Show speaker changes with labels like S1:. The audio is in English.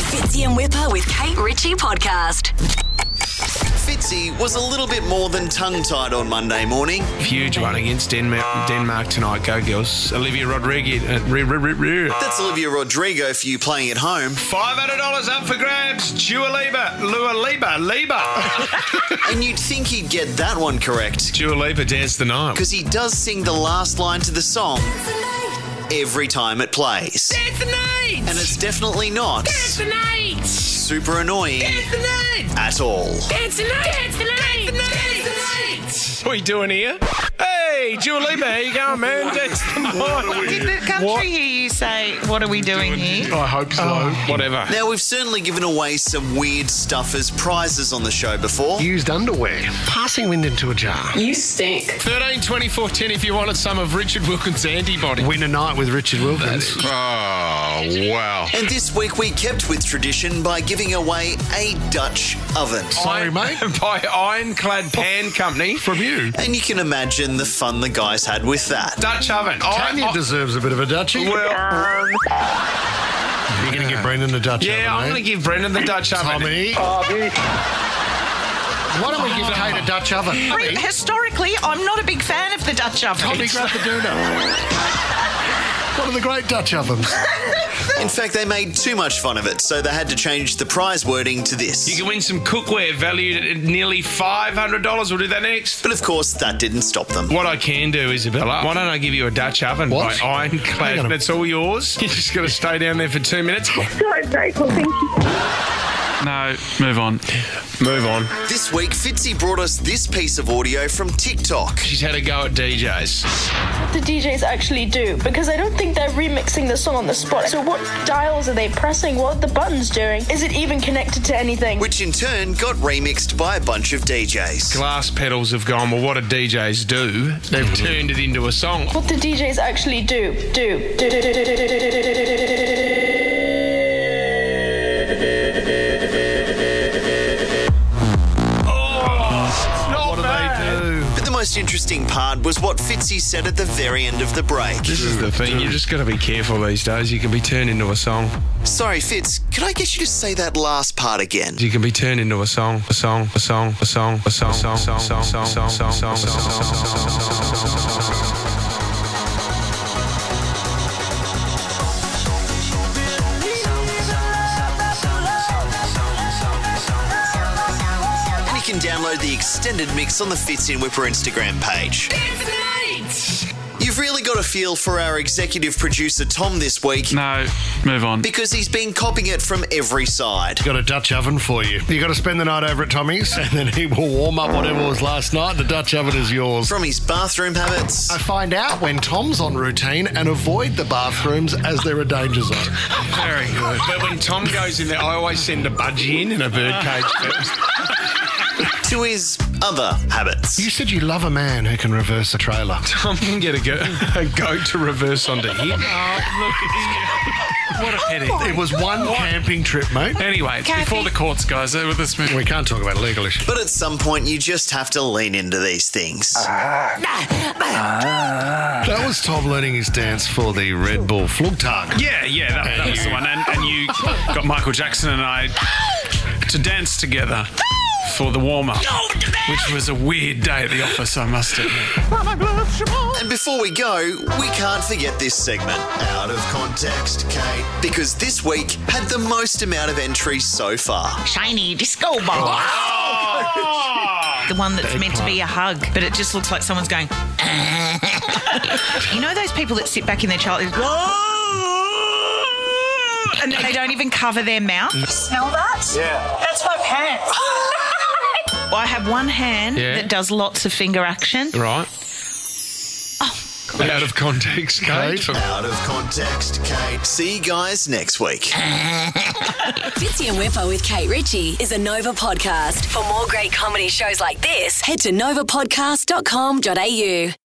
S1: Fitzy and Whipper with Kate Ritchie podcast.
S2: Fitzy was a little bit more than tongue tied on Monday morning.
S3: Huge one against Denmark, Denmark tonight. Go girls. Olivia Rodriguez. Uh, re, re, re, re.
S2: That's Olivia Rodrigo for you playing at home.
S3: $500 up for grabs. Dua Lipa. Lua Lipa. Lipa.
S2: And you'd think he'd get that one correct
S3: Dua Lipa danced the night.
S2: because he does sing the last line to the song every time it plays.
S3: It's the night.
S2: And it's definitely not
S3: the night.
S2: super annoying
S3: the night.
S2: at all.
S3: Dance the night. Dance the night. What are you doing here? Hey, Dua Lipa, how you going, man? Dance the
S4: Did
S3: night.
S4: the country
S3: What?
S4: hear you say, what are we doing here?
S3: I hope so. Whatever.
S2: Now, we've certainly given away some weird stuff as prizes on the show before.
S5: used underwear, passing wind into a jar.
S6: You stink.
S7: 13 24 10 if you wanted some of Richard Wilkins' antibody.
S5: Win a night with Richard Wilkins.
S7: Oh, wow.
S2: And this week we kept with tradition by giving away a Dutch oven.
S5: Sorry, mate.
S3: By Ironclad Pan Company.
S5: From you.
S2: And you can imagine the fun the guys had with that.
S3: Dutch oven.
S5: Tanya
S3: I-
S5: deserves a bit of a duchy.
S3: I- well,
S5: You're going to give Brendan a duchy.
S3: yeah, I'm going to give Brendan the Dutch oven.
S5: Tommy. Why don't we give Kate a Dutch oven?
S4: Re- Historically, I'm not a big fan of the Dutch oven.
S5: Tommy, grab the doona. One of the great Dutch ovens.
S2: In fact, they made too much fun of it, so they had to change the prize wording to
S3: You
S2: this.
S3: can win some cookware valued at nearly $500. We'll do that next.
S2: But of course, that didn't stop them.
S3: What I can do, Isabella, why don't I give you a Dutch oven
S5: What?
S3: by
S5: Hang on
S3: Ironclad?
S5: a-
S3: That's all yours. You just got to stay down there for two minutes.
S8: so grateful. Thank you.
S9: No, move on.
S3: Move on.
S2: This week, Fitzy brought us this piece of audio from TikTok.
S3: She's had a go at DJs.
S8: The DJs actually do because I don't think they're remixing the song on the spot. So what dials are they pressing? What are the buttons doing? Is it even connected to anything?
S2: Which in turn got remixed by a bunch of DJs.
S3: Glass pedals have gone. Well, what do DJs do? They've turned it into a song.
S8: What the DJs actually do do do do do do do do do do do do do do do.
S3: What do they do?
S2: But the most interesting part was what Fitzy said at the very end of the break.
S3: This is the thing. You just got to be careful these days. You can be turned into a song.
S2: Sorry, Fitz, could I get you to say that last part again?
S3: You can be turned into a song, a song, a song, a song, a song, a song, song, song, song, song, song, song, song, song.
S2: And you can download the extended mix on the Fitz in Whipper Instagram page. You've really got a feel for our executive producer Tom this week
S9: No, move on.
S2: because he's been copying it from every side.
S5: Got a Dutch oven for you. You got to spend the night over at Tommy's, and then he will warm up whatever was last night. The Dutch oven is yours.
S2: From his bathroom habits.
S5: I find out when Tom's on routine and avoid the bathrooms as they're a danger zone.
S3: Very good. But when Tom goes in there, I always send a budgie in and a bird cage first.
S2: to his other habits.
S5: You said you love a man who can reverse a trailer.
S3: Tom can get a go, a go to reverse onto him.
S9: What a headache.
S5: It was one camping trip, mate.
S9: Anyway, it's before the courts, guys, uh, with this movie.
S5: We can't talk about legal issues.
S2: But at some point, you just have to lean into these things.
S5: That was Tom learning his dance for the Red Bull Flugtag.
S9: Yeah, yeah, that, that was the one. And, and you got Michael Jackson and I to dance together for the warm up, which was a weird day at the office, I must admit.
S2: And before we go, we can't forget this segment, Out of Context, Kate, because this week had the most amount of entries so far.
S4: Shiny disco ball. The one that's meant to be a hug, but it just looks like someone's going, you know, those people that sit back in their child "Ah!" and they don't even cover their mouth.
S6: Smell that? Yeah. That's my pants.
S4: I have one hand
S3: Yeah.
S4: that does lots of finger action.
S3: Right. Out of context, Kate.
S2: Out of Context, Kate. See you guys next week.
S1: Fitzy and Whipper with Kate Ritchie is a Nova podcast. For more great comedy shows like this, head to novapodcast.com.au.